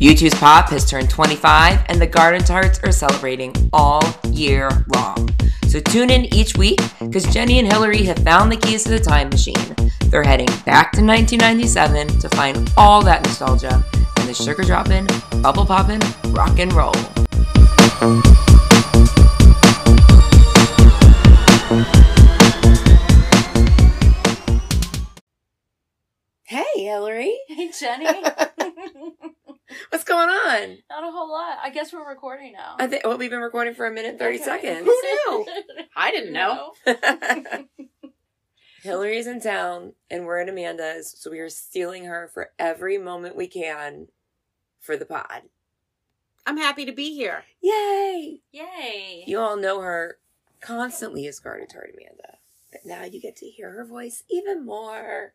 U2's Pop has turned 25, and the Garden Tarts are celebrating all year long. So tune in each week because Jenny and Hillary have found the keys to the time machine. They're heading back to 1997 to find all that nostalgia and the sugar dropping, bubble popping, rock and roll. Hey, Hillary. Hey Jenny. Not What's going on? a whole lot. I guess we're recording now. I think well, we've been recording for a minute and 30 Okay. seconds. Who I didn't know. Hillary's in town and we're at Amanda's, so we are stealing her for every moment we can for the pod. I'm happy to be here. Yay! Yay. You all know her constantly as Garden Tart Amanda, but now you get to hear her voice even more.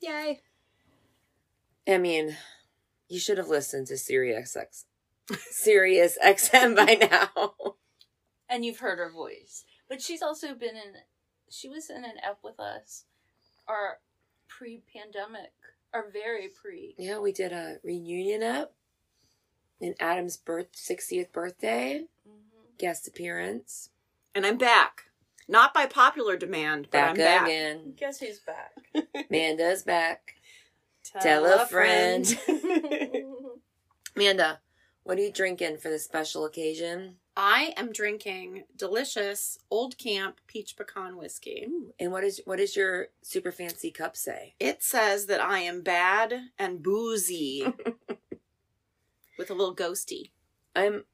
Yay. I mean, you should have listened to Sirius X. Sirius XM by now. and you've heard her voice. But she's also been in she was in an F with us our pre pandemic. Or very pre. Yeah, we did a reunion up in Adam's birth 60th birthday Mhm. guest appearance. And I'm back. Not by popular demand, but Back I'm back. again. Guess who's back? Amanda's back. Tell a friend. Amanda, what are you drinking for this special occasion? I am drinking delicious Old Camp peach pecan whiskey. And what is what does your super fancy cup say? It says that I am bad and boozy with a little ghosty. I'm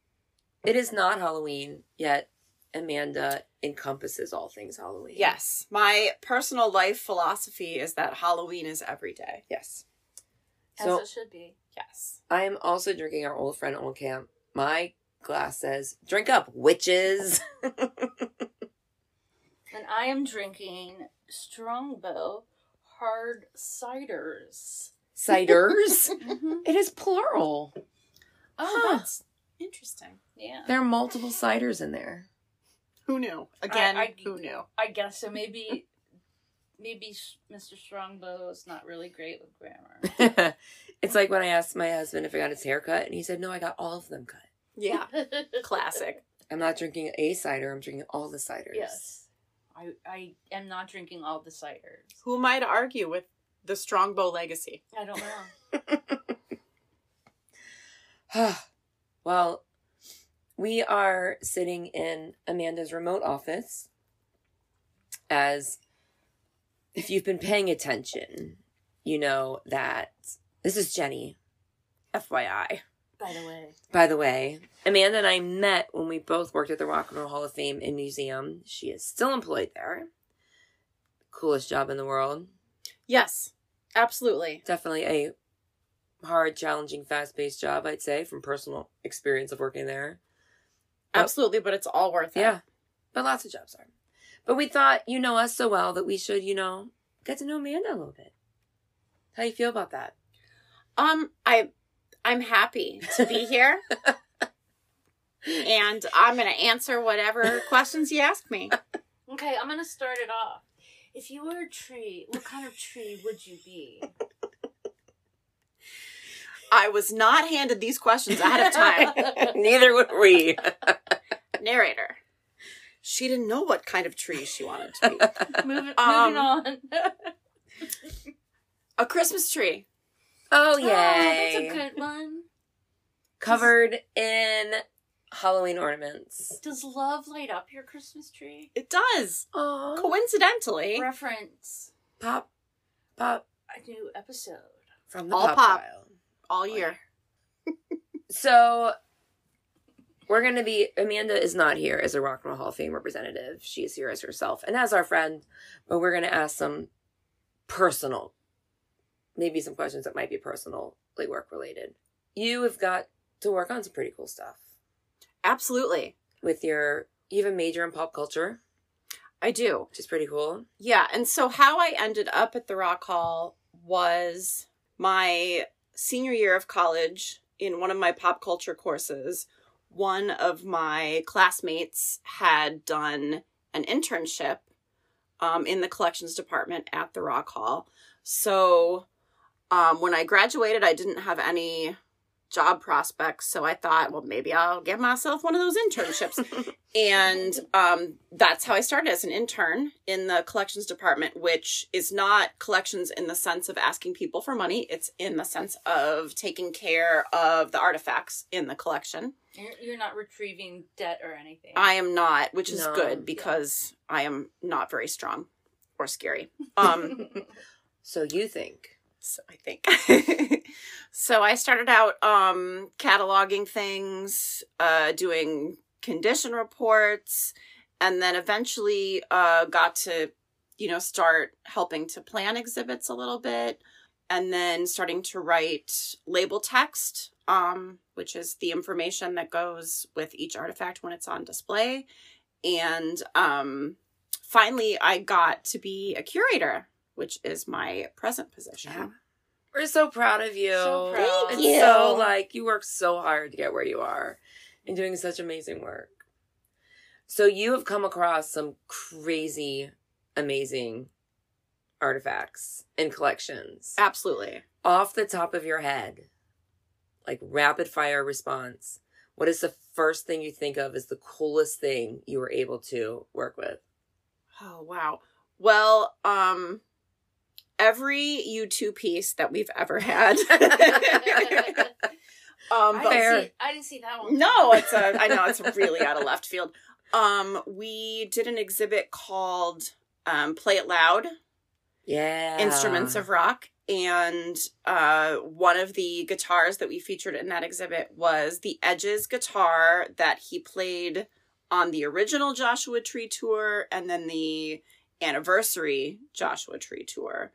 it is not Halloween, yet Amanda encompasses all things Halloween. Yes. My personal life philosophy is that Halloween is every day. Yes. As So it should be. Yes. I am also drinking our old friend Old Camp. My glass says, Drink up, witches. And I am drinking Strongbow hard ciders. Ciders. Mhm. it is plural. Oh, Mm-hmm. Huh. that's interesting. Yeah. There are multiple ciders in there. Who knew? Again, I- I- who knew? I guess so. Maybe, maybe S- Mr. Strongbow is not really great with grammar. it's like when I asked my husband if I got his hair cut, and he said, No, I got all of them cut. Yeah. Classic. I'm not drinking a cider, I'm drinking all the ciders. yes, I I am not drinking all the ciders. Who might argue with the Strongbow legacy? I don't know. well, we are sitting in Amanda's remote office. As if you've been paying attention, you know that this is Jenny, FYI. By the way, By the way, Amanda and I met when we both worked at the Rock and Roll Hall of Fame and Museum. She is still employed there. Coolest job in the world. Yes, absolutely. Definitely a hard, challenging, fast paced job, I'd say, from personal experience of working there. Yep. Absolutely, but it's all worth it. Yeah. But lots of jobs are. But we thought you know us so well that we should, you know, get to know Amanda a little bit. How you feel about that? Um, I I'm happy to be here. and I'm gonna answer whatever questions you ask me. okay, I'm gonna start it off. If you were a tree, what kind of tree would you be? I was not handed these questions ahead of time. Neither were we. Narrator. She didn't know what kind of tree she wanted to be. Moving, Um, oh, moving on. A Christmas tree. Oh, Oh, yay. that's a good one. Covered in Halloween ornaments. Does love light up your Christmas tree? It does. Oh, Coincidentally. Reference pop, pop a new episode. from the All pop, pop. File. All year. So we're gonna be Amanda is not here as a Rock and Roll Hall of Fame representative. She is here as herself and as our friend, but we're gonna ask some personal, maybe some questions that might be personally work related. You have got to work on some pretty cool stuff Absolutely. with your. You have a major in pop culture, I do. which is pretty cool. Yeah, and so how I ended up at the Rock Hall was my senior year of college in one of my pop culture courses. One of my classmates had done an internship um, in the collections department at the Rock Hall. So um, when I graduated, I didn't have any job prospects. So I thought, well, maybe I'll get myself one of those internships. and um, that's how I started as an intern in the collections department, which is not collections in the sense of asking people for money, it's in the sense of taking care of the artifacts in the collection. You're, you're not retrieving debt or anything. I am not, which is No, yeah. good because I am not very strong or scary. Um, so you think so I think. so I started out um cataloging things, uh doing condition reports, and then eventually uh got to you know start helping to plan exhibits a little bit and then starting to write label text um which is the information that goes with each artifact when it's on display and um finally I got to be a curator which is my present position. Yeah. We're so proud of you. So proud. It's Thank you. so like you worked so hard to get where you are and doing such amazing work. So you have come across some crazy, amazing artifacts and collections. Absolutely. Off the top of your head, like rapid fire response, what is the first thing you think of as the coolest thing you were able to work with? Oh wow. Well, um every U2 piece that we've ever had. um I but- Fair. didn't, see, I didn't see that one. No, it's a I know it's really out of left field. Um we did an exhibit called um Play It Loud yeah. Instruments of Rock and uh one of the guitars that we featured in that exhibit was the Edges guitar that he played on the original Joshua Tree tour and then the anniversary Joshua Tree tour.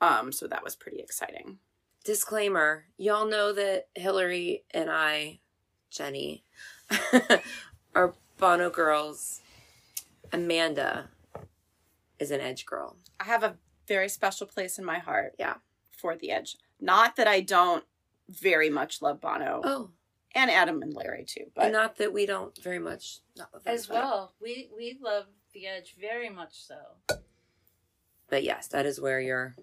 Um, so that was pretty exciting. disclaimer y'all know that hillary and i jenny are bono girls amanda is an edge girl I have a very special place in my heart. Yeah. For the Edge. Not that I don't very much love Bono oh and Adam and Larry too, and but not that we don't very much not love them, As but- well, we we love the edge very much so. but yes that is where your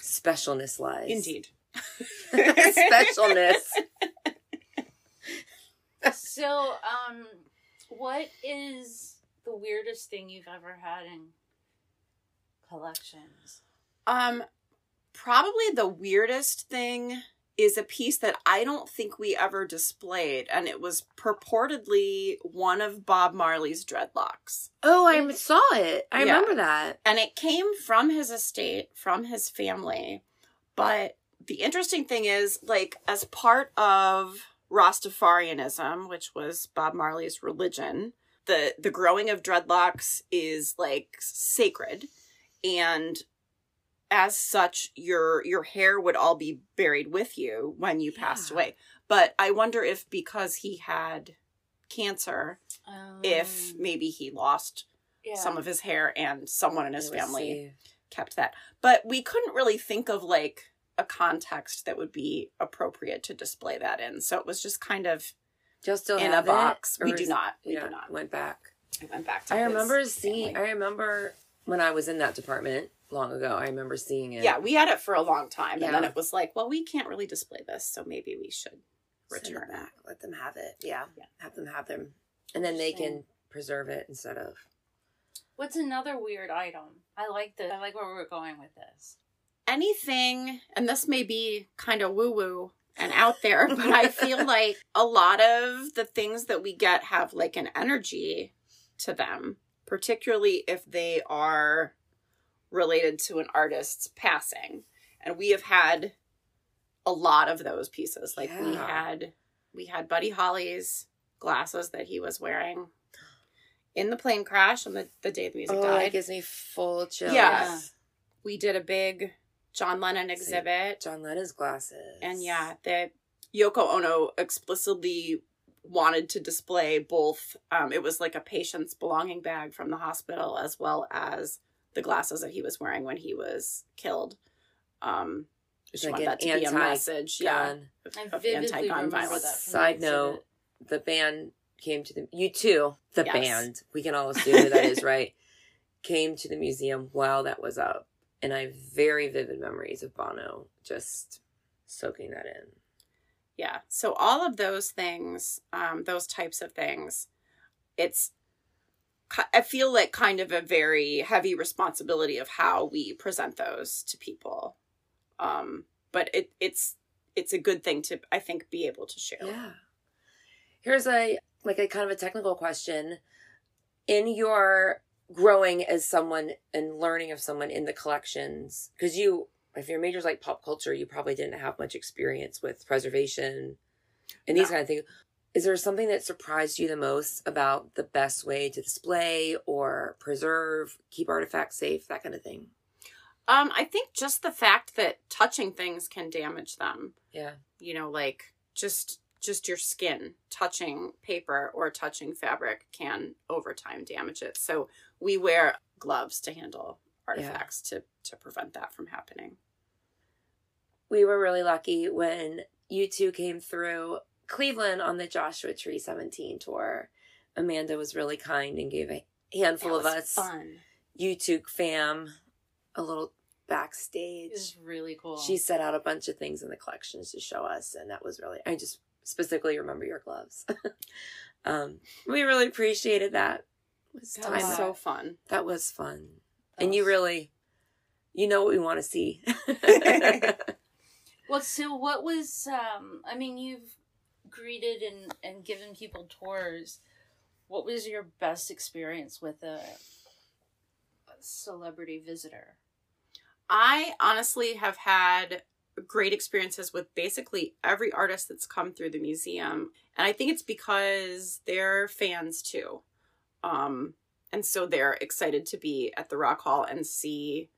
specialness lies indeed. specialness So, um, what is the weirdest thing you've ever had in collections? Um, probably the weirdest thing is a piece that I don't think we ever displayed, and it was purportedly one of Bob Marley's dreadlocks. oh i saw it i Yeah. remember that And it came from his estate, from his family. But the interesting thing is, like, as part of Rastafarianism, which was Bob Marley's religion, the, the growing of dreadlocks is like sacred. And as such, your your hair would all be buried with you when you passed Yeah. away. But I wonder if because he had cancer, Um, Mm. if maybe he lost yeah. some of his hair and someone in his It was family saved. kept that. But we couldn't really think of like a context that would be appropriate to display that in. So it was just kind of Y'all still in a have it, box. we or do is- not. We yeah, do not. went back I went back to I his remember seeing. I family. remember when I was in that department long ago. I remember seeing it. yeah, we had it for a long time. And then Yeah. it was like, well, we can't really display this. So maybe we should Send it return it. back. Let them have it. Yeah. Yeah. Have them have them, and then they can Interesting. preserve it instead of. What's another weird item? I like the I like where we're going with this. anything, and this may be kind of woo woo and out there, but I feel like a lot of the things that we get have like an energy to them, particularly if they are related to an artist's passing. And we have had a lot of those pieces. Like we Yeah. had we had Buddy Holly's glasses that he was wearing in the plane crash on the, the day the music Oh, died. it gives me full chills. Yeah. we did a big John Lennon exhibit. John Lennon's glasses. And yeah, that Yoko Ono explicitly wanted to display both. Um, it was like a patient's belonging bag from the hospital, as well as the glasses that he was wearing when he was killed. Um, It's she like wanted an that to be a anti-gun. message, yeah, of, I of vividly anti-gun remember violence. that. From Side the note, exhibit. the band came to the you too the Yes. band we can all assume who that is right came to the museum while that was up and i have very vivid memories of bono just soaking that in Yeah. So all of those things, um, those types of things, it's ki- I feel like kind of a very heavy responsibility of how we present those to people. Um, but it it's it's a good thing to I think be able to share. Yeah. Here's a like a kind of a technical question. In your growing as someone and learning of someone in the collections, because you if your major's like pop culture, you probably didn't have much experience with preservation and these No. kind of things. Is there something that surprised you the most about the best way to display or preserve, keep artifacts safe, that kind of thing? Um, I think just the fact that touching things can damage them. Yeah. You know, like just just your skin touching paper or touching fabric can over time damage it. So we wear gloves to handle artifacts to to prevent that from happening. we were really lucky when you two came through Cleveland on the Joshua Tree 17 tour. Amanda was really kind and gave a handful of us, Fun. you two fam, a little It was backstage. really cool. She set out a bunch of things in the collections to show us, and that was really, I just specifically remember your gloves. um, we really appreciated that. It was That time. was Time. so fun. that was fun. That and you was- really, you know what we want to see. Well, so what was um I mean you've greeted and and given people tours. What was your best experience with a, a celebrity visitor? I honestly have had great experiences with basically every artist that's come through the museum. And I think it's because they're fans too. Um, and so they're excited to be at the Rock Hall and see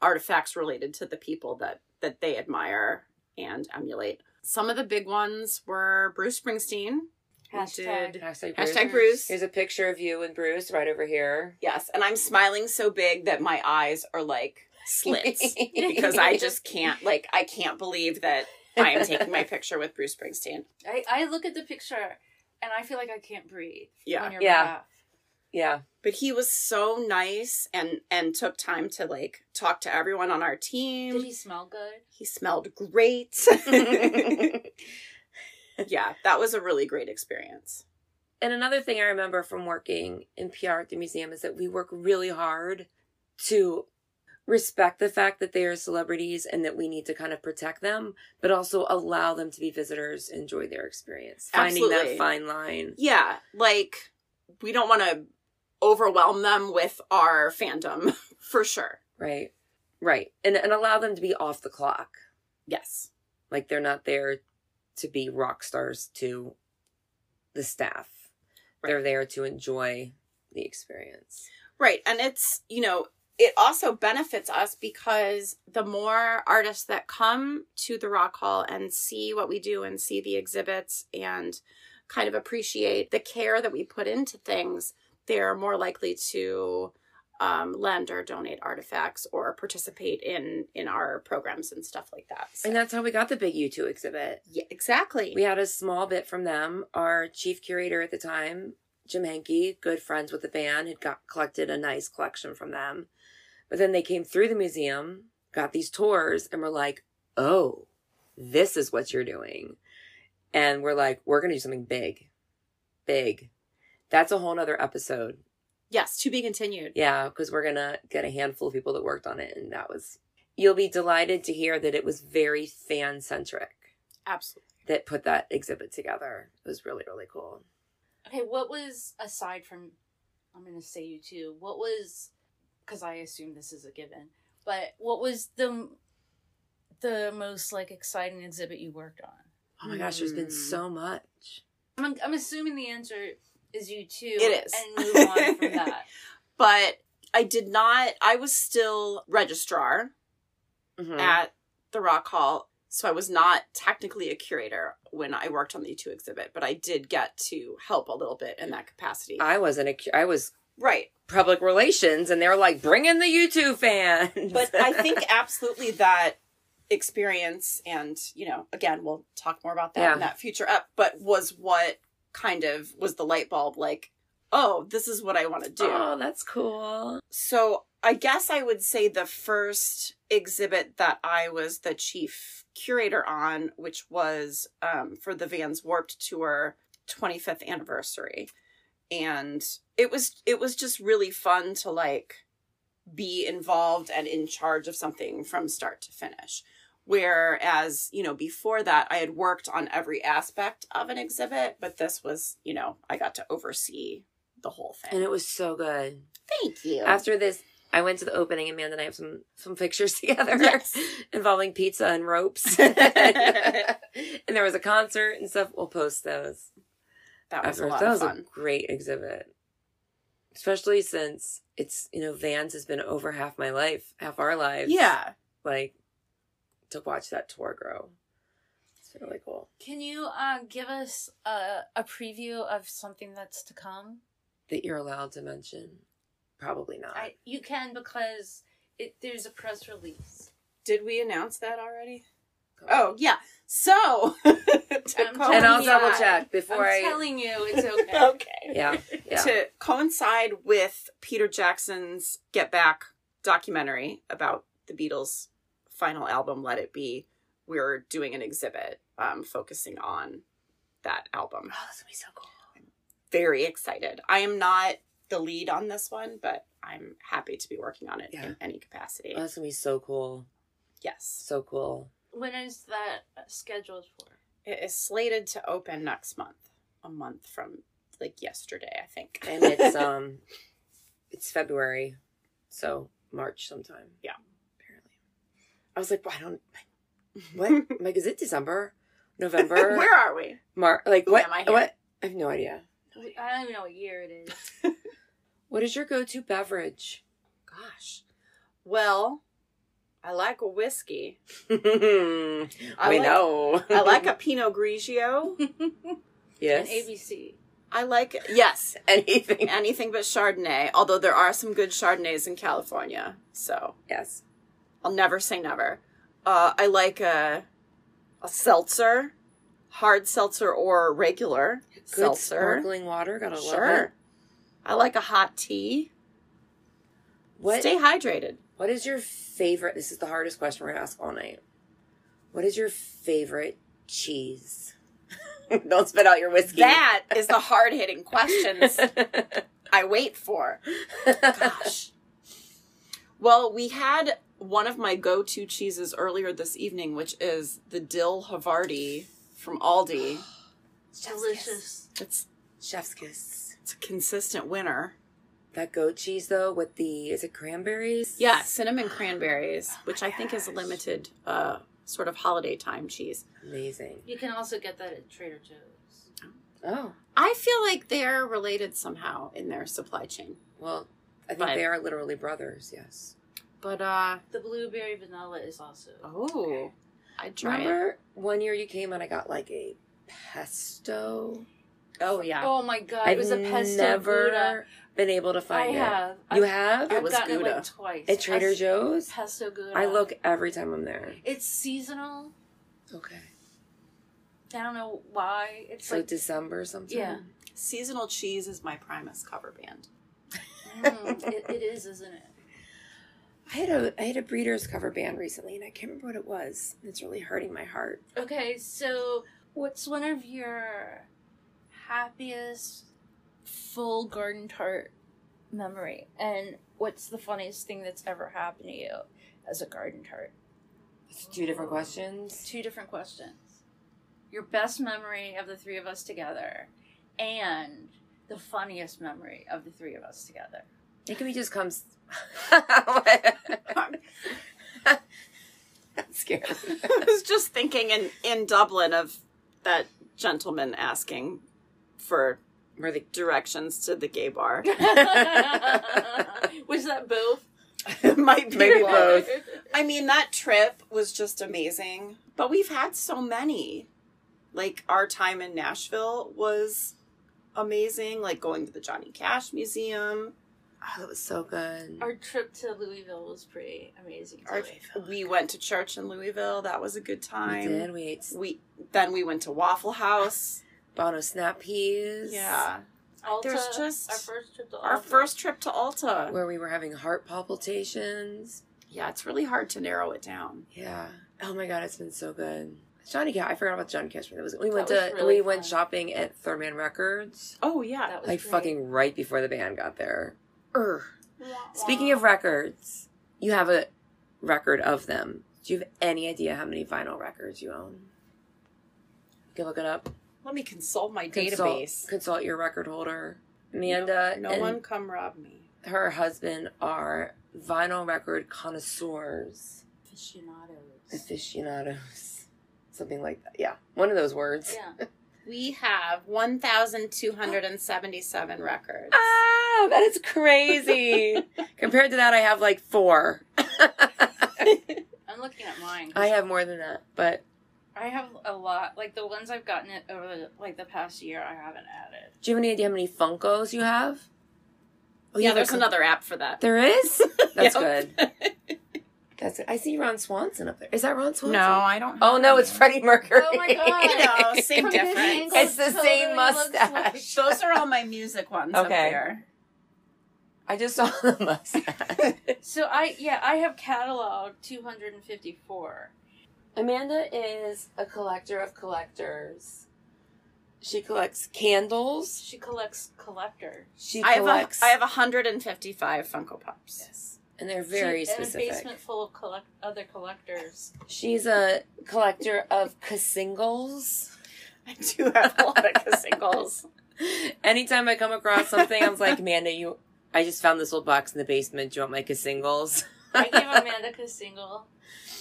artifacts related to the people that, that they admire and emulate. Some of the big ones were Bruce Springsteen. We Hashtag. did- Hashtag Bruce. Hashtag Bruce. Here's a picture of you and Bruce right over here. Yes, and I'm smiling so big that my eyes are like slits because I just can't like I can't believe that I am taking my picture with Bruce Springsteen. I I look at the picture and I feel like I can't breathe. Yeah. On your Yeah. behalf. Yeah. But he was so nice and and took time to like talk to everyone on our team. Did he smell good? he smelled great. yeah, that was a really great experience. And another thing I remember from working in PR at the museum is that we work really hard to respect the fact that they are celebrities and that we need to kind of protect them, but also allow them to be visitors, enjoy their experience. Finding Absolutely. that fine line. Yeah, like we don't want to overwhelm them with our fandom for sure. Right. Right. And and allow them to be off the clock. Yes. Like they're not there to be rock stars to the staff. They're there to enjoy the experience. Right. And it's, you know, it also benefits us because the more artists that come to the Rock Hall and see what we do and see the exhibits and kind of appreciate the care that we put into things, they're more likely to um, lend or donate artifacts or participate in in our programs and stuff like that. So- And that's how we got the big U2 exhibit. yeah, exactly. We had a small bit from them. Our chief curator at the time, Jim Henke, good friends with the band, had got collected a nice collection from them. But then they came through the museum, got these tours, and were like, oh, this is what you're doing. And we're like, we're going to do something big. Big. That's a whole nother episode. yes, to be continued. Yeah, because we're gonna get a handful of people that worked on it, and that was you'll be delighted to hear that it was very fan centric Absolutely. that put that exhibit together. It was really really cool. Okay, what was aside from I'm going to say you too. What was cuz I assume this is a given, but what was the the most like exciting exhibit you worked on? Oh my gosh, there's been Mm. so much. I'm, I'm assuming the answer is you too. It is. And move on from that. But I did not I was still registrar Mhm. at the Rock Hall. So I was not technically a curator when I worked on the U2 exhibit, but I did get to help a little bit in that capacity. I wasn't a cu- I was right. public relations, and they were like, bring in the YouTube fans. But I think absolutely that experience and, you know, again, we'll talk more about that in Yeah. that future up, but was what kind of was the light bulb like, oh, this is what I want to do. oh, that's cool. So I guess I would say the first exhibit that I was the chief curator on, which was um, for the Vans Warped Tour 25th anniversary. And it was it was just really fun to like be involved and in charge of something from start to finish. Whereas, you know, before that I had worked on every aspect of an exhibit, but this was, you know, I got to oversee the whole thing. And it was so good. Thank you. After this, I went to the opening. Amanda and I have some some pictures together Yes. involving pizza and ropes. and there was a concert and stuff. We'll post those. that was a Afterwards. lot that of was fun. a great exhibit. Especially since it's you know, Vans has been over half my life, half our lives. yeah. Like to watch that tour grow. It's really cool. Can you uh, give us a, a preview of something that's to come? That you're allowed to mention. Probably not. I, you can because it, there's a press release. Did we announce that already? Oh, yeah. So, to I'm coincide- and I'll Oh, yeah. double check before I'm i telling you, it's okay. Okay. Yeah. Yeah. To coincide with Peter Jackson's Get Back documentary about the Beatles' final album, Let It Be, we're doing an exhibit um, focusing on that album. Oh, this would be so cool. Very excited. I am not the lead on this one, but I'm happy to be working on it Yeah. in any capacity. Oh, this would be so cool. yes. So cool. when is that scheduled for? It is slated to open next month, a month from like yesterday, I think. And it's um it's February, so March sometime. Yeah. Apparently. I was like, why don't what? I'm like, is it December? November? Where are we? Mar like what Am I here? what I have no idea. I don't even know what year it is. What is your go to beverage? Gosh. Well, I like a whiskey. we I like, know. I like a Pinot Grigio. An yes. ABC. I like yes, Anything. anything but Chardonnay. Although there are some good Chardonnays in California, so Yes. I'll never say never. Uh, I like a a seltzer, hard seltzer or regular Good seltzer. sparkling water. Gotta love it. Sure. I like a hot tea. What Stay hydrated. What is your favorite? This is the hardest question we're gonna ask all night. What is your favorite cheese? Don't spit out your whiskey. That is the hard hitting questions I wait for. Gosh. Well, we had one of my go to cheeses earlier this evening, which is the dill Havarti from Aldi. Delicious. It's Chef's kiss. it's a consistent winner. That goat cheese though, with the is it cranberries? Yeah, cinnamon cranberries, which I think is a Oh gosh. limited uh, sort of holiday time cheese. Amazing. You can also get that at Trader Joe's. Oh I feel like they're related somehow in their supply chain. well, I think But- they are literally brothers. Yes. But uh The blueberry vanilla is also. oh, I'd try it. Remember one year you came and I got like a pesto. Oh yeah. Oh my god! I've it was a pesto never Gouda. been able to I find it. have. You I've, have I've was gotten it Gouda. like twice. at Trader Pes- Joe's. Pesto Gouda. I look every time I'm there. It's seasonal. Okay. I don't know why. It's So like December sometime. Yeah. Seasonal cheese is my Primus cover band. Mm, it, it is, isn't it? I had a I had a Breeders cover band recently, and I can't remember what it was. It's really hurting my heart. Okay, so what's one of your happiest full garden tart memory? And what's the funniest thing that's ever happened to you as a garden tart? It's two different questions. Two different questions. Your best memory of the three of us together and the funniest memory of the three of us together. It can be just comes. That's scary. I was just thinking in, in Dublin of that gentleman asking for Where the directions to the gay bar. Was that both? Might be Maybe one. both. I mean, that trip was just amazing, but we've had so many. Like, our time in Nashville was amazing, like going to the Johnny Cash Museum. oh, that was so good. Our trip to Louisville was pretty amazing. Our- too. we went to church in Louisville. That was a good we time. did. We ate We then we went to Waffle House. Bono snap peas. Yeah. Alta, There's just- our first trip to Our Alta. first trip to Alta. Where we were having heart palpitations. Yeah, it's really hard to narrow it down. Yeah. Oh my god, it's been so good. Johnny Cash. I forgot about Johnny Cash. That was we went That was to really we went fun. shopping at Thurman Records Oh yeah. That was like great. fucking right before the band got there. Urgh. Wah, Speaking wah. of records, you have a record of them. Do you have any idea how many vinyl records you own? You can look it up. Let me consult my Consult- database. Consult your record holder. Amanda No and one come rob me. her husband are vinyl record connoisseurs, aficionados. aficionados, something like that. Yeah, one of those words. Yeah. We have 1,277 records. Ah, that is crazy. Compared to that, I have like four. I'm looking at mine. I have more than that, but I have a lot. Like the ones I've gotten it over the, like the past year, I haven't added. do you have any idea how many Funkos you have? Oh, yeah, you there's have a- another app for that. There is. That's Yep. good. That's. Good. I see Ron Swanson up there. Is that Ron Swanson? no, I don't. Oh no, it's Freddie Mercury. Oh my God. no, same From this difference. angle, It's the it same looks like- mustache. Those are all my music ones up Okay. there. I just saw the mustache. So I yeah I have catalog 254. Amanda is a collector of collectors. She collects candles. She collects collector. She I have a, collects, I have 155 Funko Pops. Yes. and they're very she, specific. And a basement full of collect other collectors. She's a collector of singles. I do have a lot of singles. Anytime I come across something, I'm like, Amanda, you. I just found this old box in the basement. Do you want my singles? I gave Amanda a single.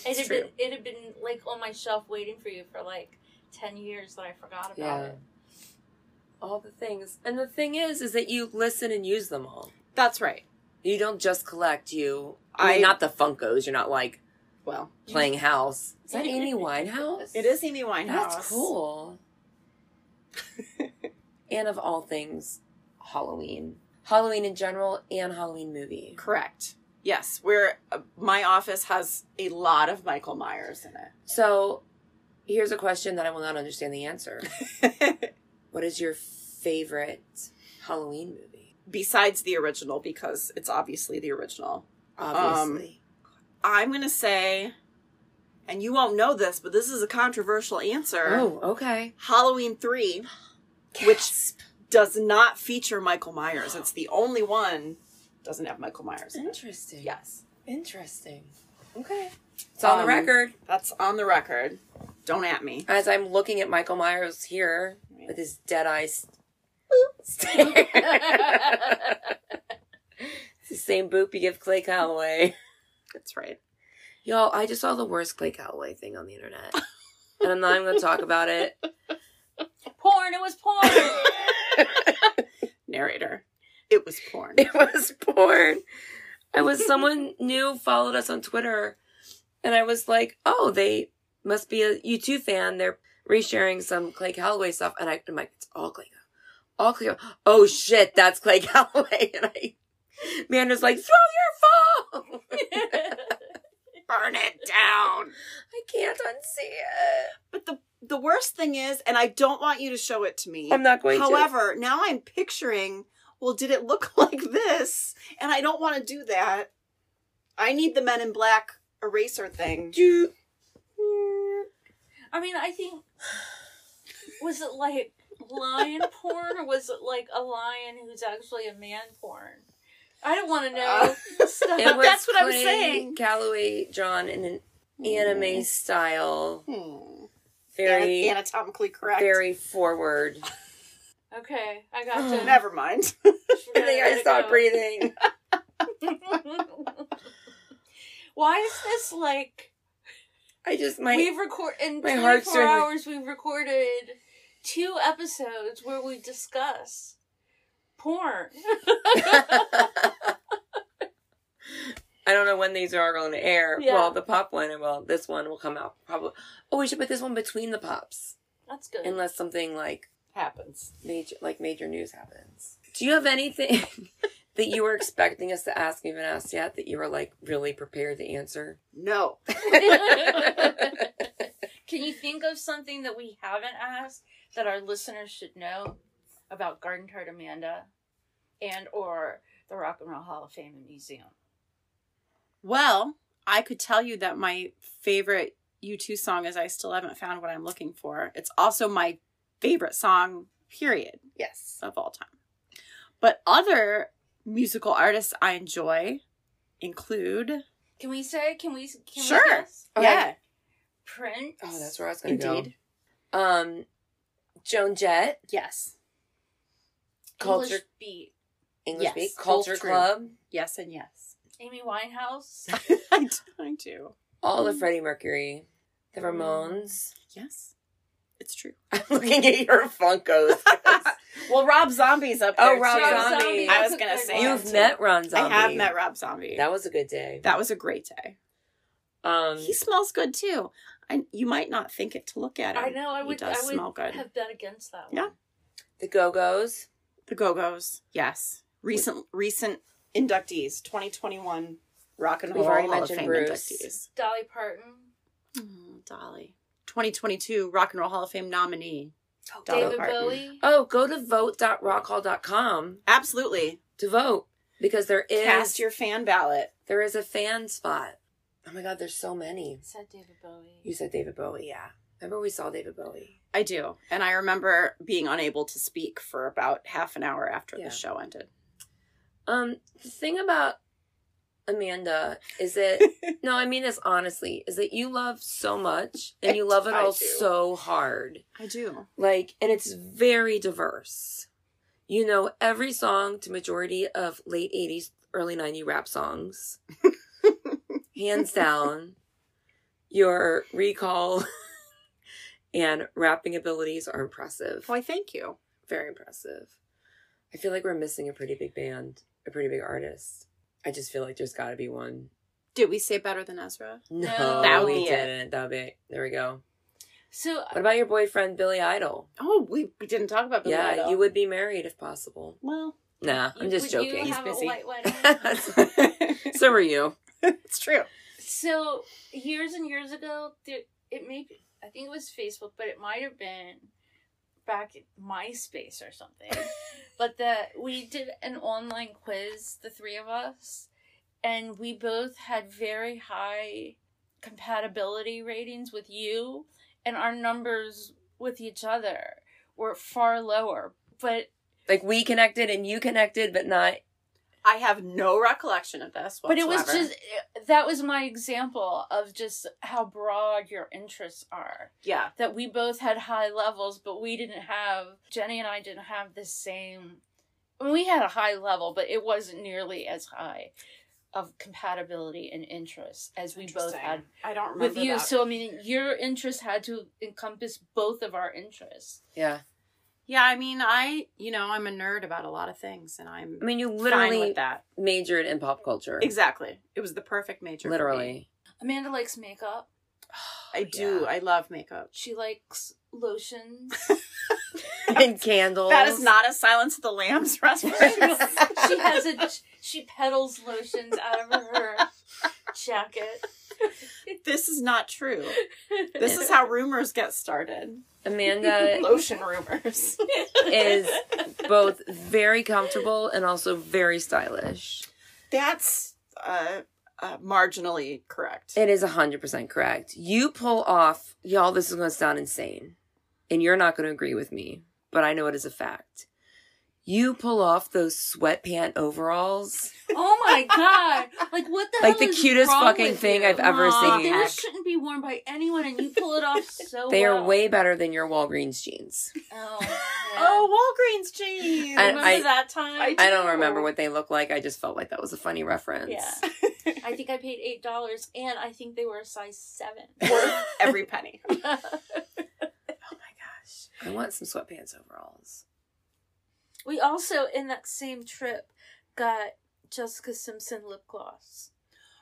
It It's had been it had been like on my shelf waiting for you for like ten years that I forgot about Yeah. it. all the things. And the thing is, is that you listen and use them all. That's right. You don't just collect. You, I, I- mean, not the Funkos. You're not like Well, playing house. Is that Amy Winehouse? it is Amy Winehouse. That's cool. and of all things, Halloween. Halloween in general and Halloween movie. Correct. Yes, where uh, my office has a lot of Michael Myers in So, here's a question that I will not understand the answer. it. What is your favorite Halloween movie? Besides the original, because it's obviously the original. Um, Obviously. I'm going to say, and you won't know this, but this is a controversial answer oh, okay. Halloween 3, which does not feature Michael Myers. It's the only one doesn't have Michael Myers in it. Interesting. Yes. Interesting. Okay. It's on Um, the record. That's on the record. Don't at me. As I'm looking at Michael Myers here with his dead eyes. stare. it's the same boop you give Clay Calloway. That's right. Y'all, I just saw the worst Clay Calloway thing on the internet. And I'm not even going to talk about it. Porn, it was porn. Narrator. It was porn. It was porn. I was someone new followed us on Twitter, and I was like, "Oh, they must be a U2 fan. They're resharing some Clay Calloway stuff." And I, I'm like, "It's all Clay, Calloway. all Clay. Calloway. Oh shit, that's Clay Calloway." And I, Amanda's like, "Throw your phone! Burn it down. I can't unsee But the the worst thing is, and I don't want you to show it to me. it." I'm not going to. However, now I'm picturing, well, did it look like this? And I don't want to do that. I need the men in black eraser thing. you I mean, I think was it like lion porn or was it like a lion who's actually a man porn? I don't want to Uh, know. stuff. It was Uh, That's what I'm Clay saying. Mm. Calloway drawn in an anime style, Hmm. very, Ana- anatomically correct. very forward. Okay, I got to. Never mind. I think I stopped breathing. Why is this like I just might. we've recorded in my 24 heart's doing- hours? We've recorded two episodes where we discuss porn. I don't know when these are going to air. Yeah. Well, the pop one, and well, this one will come out probably. Oh, we should put this one between the pops, That's good. unless something like Happens. major, like major news happens. Do you have anything that you were expecting us to ask, even asked yet, that you were like really prepared to answer? No. Can you think of something that we haven't asked that our listeners should know about Garden Tart Amanda and or the Rock and Roll Hall of Fame and Museum? Well, I could tell you that my favorite U2 song is I Still Haven't Found What I'm Looking For. It's also my favorite song, period, Yes. of all time. But other musical artists I enjoy include. Can we say? Can we? Can Sure. We guess? Okay. Yeah, Prince. Oh, that's where I was going to go. indeed. Um, Joan Jett, Yes. English Culture- beat. English Yes, Beat, both Culture true. Club, Yes, and yes. Amy Winehouse. I do. I do. all Mm. of Freddie Mercury, the Mm. Ramones. Yes. It's true. I'm looking at your Funkos. Well, Rob Zombie's up Oh, there. Rob too. Zombie. I that's was a gonna good say one. Yeah, You've too. met Ron Zombie. I have met Rob Zombie. That was a good day. That was a great day. Um, He smells good too. And you might not think it to look at him. I know. I He would. does I would smell good. have bet against that one. Yeah. the Go Go's. The Go Go's, yes. Recent recent inductees, 2021 Rock and We've Roll already Hall of mentioned Fame Bruce. inductees. Dolly Parton. Oh, Dolly. 2022 Rock and Roll Hall of Fame nominee. Dolly David Parton. Bowie. Oh, go to vote.rockhall.com Absolutely. to vote because there is Cast your fan ballot. there is a fan spot. Oh my God, there's so many. Said David Bowie. You said David Bowie, yeah. Remember we saw David Bowie. I do. And I remember being unable to speak for about half an hour after Yeah. the show ended. Um, the thing about Amanda is that no, I mean this honestly, is that you love so much and you love it I all do. so hard. I do. Like, and it's very diverse. You know every song to majority of late '80s, early '90s rap songs, hands down. Your recall and rapping abilities are impressive. Why, thank you. Very impressive. I feel like we're missing a pretty big band, a pretty big artist. I just feel like there's got to be one. Did we say better than Ezra? No, That that would we be it. didn't. That would be it. There we go. So What about your boyfriend Billy Idol? Oh, we, we didn't talk about Billy yeah, Idol. you would be married if possible. Well, Nah, you- I'm just would joking. You He's have busy. A white wedding? it's so are you. true. so years and years ago, there, it may be, I think it was Facebook, but it might have been back at MySpace or something. but the we did an online quiz, the three of us, and we both had very high compatibility ratings with you, and our numbers with each other were far lower. But Like we connected and you connected, but not. I have no recollection of this but whatsoever. it was just that was my example of just how broad your interests are. yeah. that we both had high levels, but we didn't have Jenny and I didn't have the same. I mean, we had a high level, but it wasn't nearly as high of compatibility and interests as we both had I don't remember with you. that. So I mean, your interests had to encompass both of our interests. Yeah, yeah, I mean, I you know I'm a nerd about a lot of things, and I'm I mean you fine literally with that. majored in pop culture. Exactly. It was the perfect major. for me. Literally. Amanda likes makeup. Oh, I do. Yeah. I love makeup. She likes lotions. and candles. That is not a Silence of the Lambs reference. she has a. She peddles lotions out of her jacket. this is not true. This is how rumors get started. Amanda Lotion rumors. is both very comfortable and also very stylish. That's uh, uh, marginally correct. It is 100% correct. You pull off, y'all, this is going to sound insane. And you're not going to agree with me, but I know it is a fact. You pull off those sweatpant overalls. Oh my god! Like what the Like hell the is cutest wrong fucking with thing you? I've ever Aw, Like, seen. those shouldn't be worn by anyone, and you pull it off so. They are well. way better than your Walgreens jeans. Oh, man. Oh, Walgreens jeans. I- remember I- that time? I- I, I don't remember Ew. what they look like. I just felt like that was a funny reference. Yeah. think I paid eight dollars, and I think they were a size seven. Worth every penny. Oh my gosh. I want some sweatpants overalls. we also, in that same trip, got Jessica Simpson lip gloss.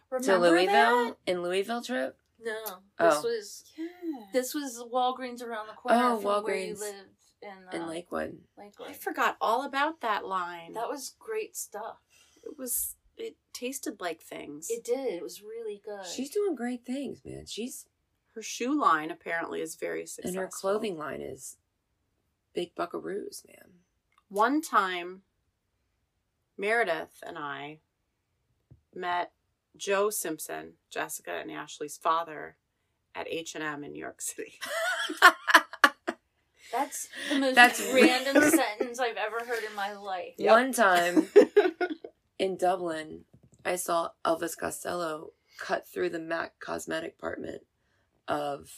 to Remember Louisville that? in Louisville trip. No, Oh. this was Yeah. this was Walgreens around the corner Oh, from where you Walgreens. lived in, uh, in Lakewood. Lakewood. I forgot all about that line. That was great stuff. it was. It tasted like things. It did. It was really good. She's doing great things, man. She's her shoe line apparently is very successful. and her clothing line is big buckaroos, man. One time, Meredith and I met Joe Simpson, Jessica and Ashley's father, at H and M in New York City. That's the most That's- random sentence I've ever heard in my life. Yep. One time in Dublin, I saw Elvis Costello cut through the MAC cosmetic department of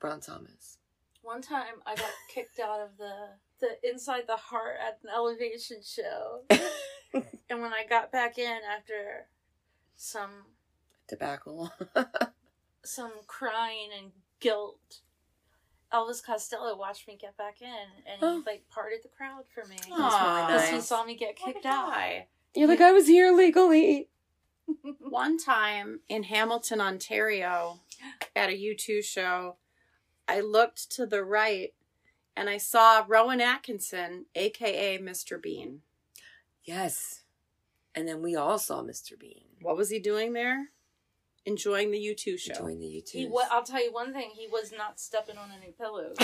Brown Thomas. One time I got kicked out of the the inside the heart at an elevation show. and when I got back in after some Tobacco. some crying and guilt, Elvis Costello watched me get back in and Oh. he like parted the crowd for me. Aw. Because he nice. saw me get kicked out. You're like, I was here legally. One time in Hamilton, Ontario, at a U2 show, I looked to the right and I saw Rowan Atkinson, aka Mr. Bean. Yes. And then we all saw Mr. Bean What was he doing there? Enjoying the U2 show. join the YouTube. He wa- I'll tell you one thing, he was not stepping on any pillows.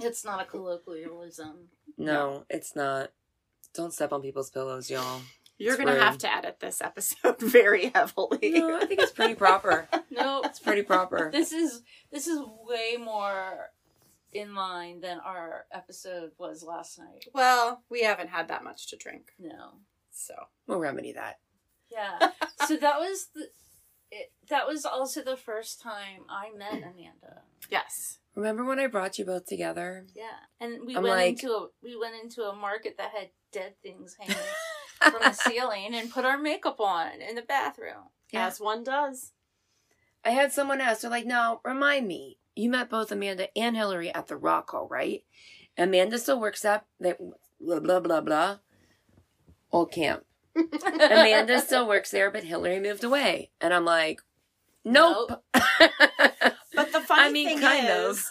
it's not a colloquialism. no, it's not. Don't step on people's pillows, y'all. You're It's going to rude. have to edit this episode very heavily. No, I think it's pretty proper. No, It's pretty proper. this is this is way more in line than our episode was last night. Well, we haven't had that much to drink, No. so. We'll remedy that. Yeah. so that was the it, that was also the first time I met Amanda. Yes. Remember when I brought you both together? Yeah. And we I'm went like- into a we went into a market that had dead things hanging from the ceiling and put our makeup on in the bathroom. Yeah. As one does. I had someone ask, they're like, now remind me, you met both Amanda and Hillary at the Rock Hall, right? Amanda still works at they blah blah blah blah. Old camp. Amanda still works there, but Hillary moved away. And I'm like, Nope. But the funny I mean, thing kind of. is,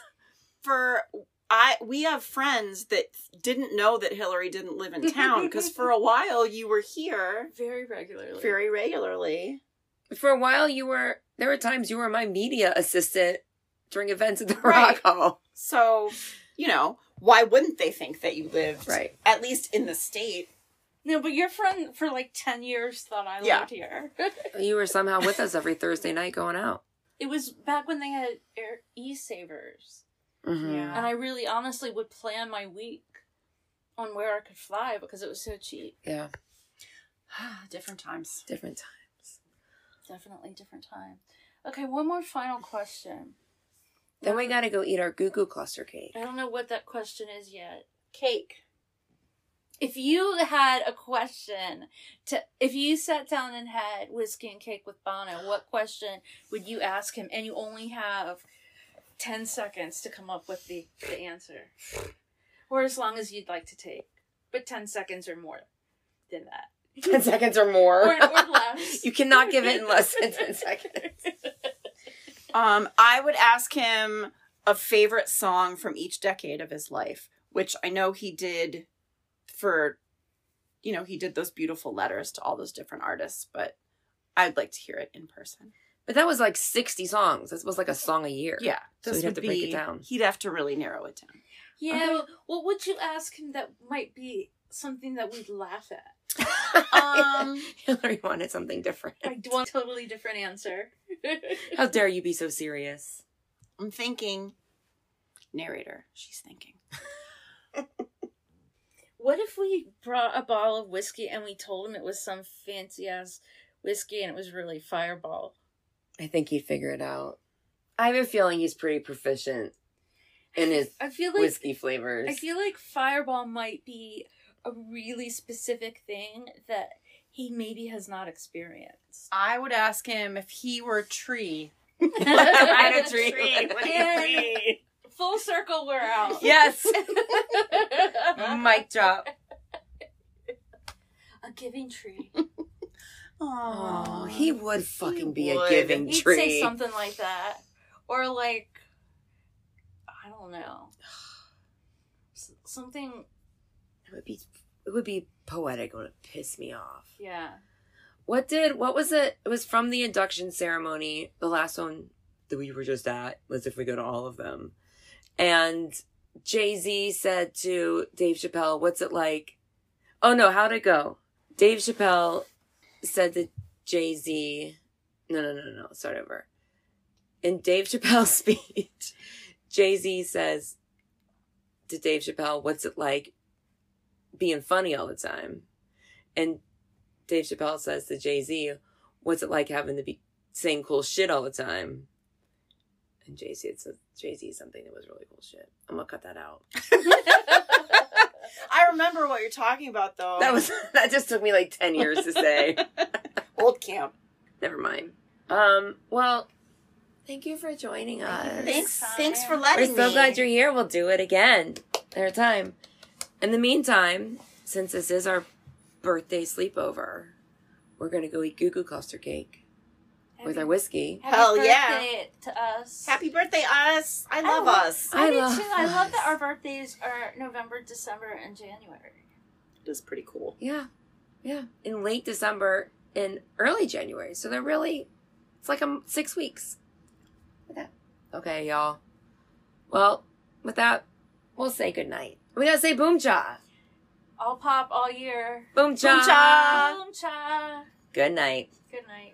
for I we have friends that didn't know that Hillary didn't live in town because for a while you were here very regularly. very regularly. For a while you were there were times you were my media assistant during events at the Right. Rock Hall. So you know why wouldn't they think that you lived Right. at least in the state? No, but your friend for like ten years thought I Yeah. lived here. You were somehow with us every Thursday night going out. It was back when they had air e savers. Mhm. Yeah. And I really honestly would plan my week on where I could fly because it was so cheap. Yeah. Different times. Different time. Definitely different time. Okay, one more final question. Then we gotta go eat our goo goo cluster cake. I don't know what that question is yet. Cake. If you had a question to if you sat down and had whiskey and cake with Bono, what question would you ask him? And you only have ten seconds to come up with the, the answer. Or as long as you'd like to take. But ten seconds or more than that. Ten seconds or more. Or, or less. You cannot give it in less than 10 seconds. Um, I would ask him a favorite song from each decade of his life, which I know he did for, you know, he did those beautiful letters to all those different artists, but I'd like to hear it in person. But that was like 60 songs. That was like a song a year. Yeah. So this he'd have would to break it be- down. He'd have to really narrow it down. Yeah. Okay. well, What would you ask him that might be something that we'd laugh at? Um, Hillary wanted something different. I want a totally different answer. How dare you be so serious? I'm thinking, narrator, she's thinking. what if we brought a bottle of whiskey and we told him it was some fancy ass whiskey and it was really Fireball? I think he'd figure it out. I have a feeling he's pretty proficient in his I feel like whiskey flavors. I feel like Fireball might be a really specific thing that he maybe has not experienced. I would ask him if he were a tree. Ride a tree. And full circle, we're out. Yes. Oh Mic drop. a giving tree. Oh, he would fucking be a would. giving He'd tree. say something like that, or like I don't know, S- something. It would be it would be poetic. It would piss me off. Yeah, What did what was it? It was from the induction ceremony. The last one that we were just at was if we go to all of them. And Jay Z said to Dave Chappelle, "What's it like?" Oh no, how'd it go? Dave Chappelle said to Jay Z. No, no, no, no, no. Start over. In Dave Chappelle's speech, Jay Z says to Dave Chappelle, What's it like being funny all the time? And Dave Chappelle says to Jay Z, What's it like having to be saying cool shit all the time? And Jay Z said, Jay Z something that was really cool shit. I'm gonna cut that out. I remember what you're talking about though. That was that just took me like ten years to say. old camp. Never mind. Um, well, thank you for joining us. Thanks, Thanks, thanks for Simon. letting We're so me. glad you're here. We'll do it again another time. In the meantime, since this is our birthday sleepover, we're gonna go eat goo goo cluster cake with our whiskey. Happy Hell yeah. birthday to us. Happy birthday, us! I love Oh. us. I, I do love too. I love that us. our birthdays are November, December, and January. It is pretty cool. Yeah, yeah. In late December and early January, so they're really it's like um six weeks. With that, okay, y'all. Well, with that, we'll say goodnight. We gotta say boom cha, All pop all year. boom cha, Boom cha. Boom cha. Good night. Good night.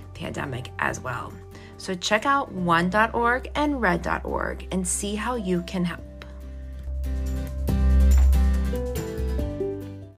pandemic as well. So check out one.org and red.org and see how you can help.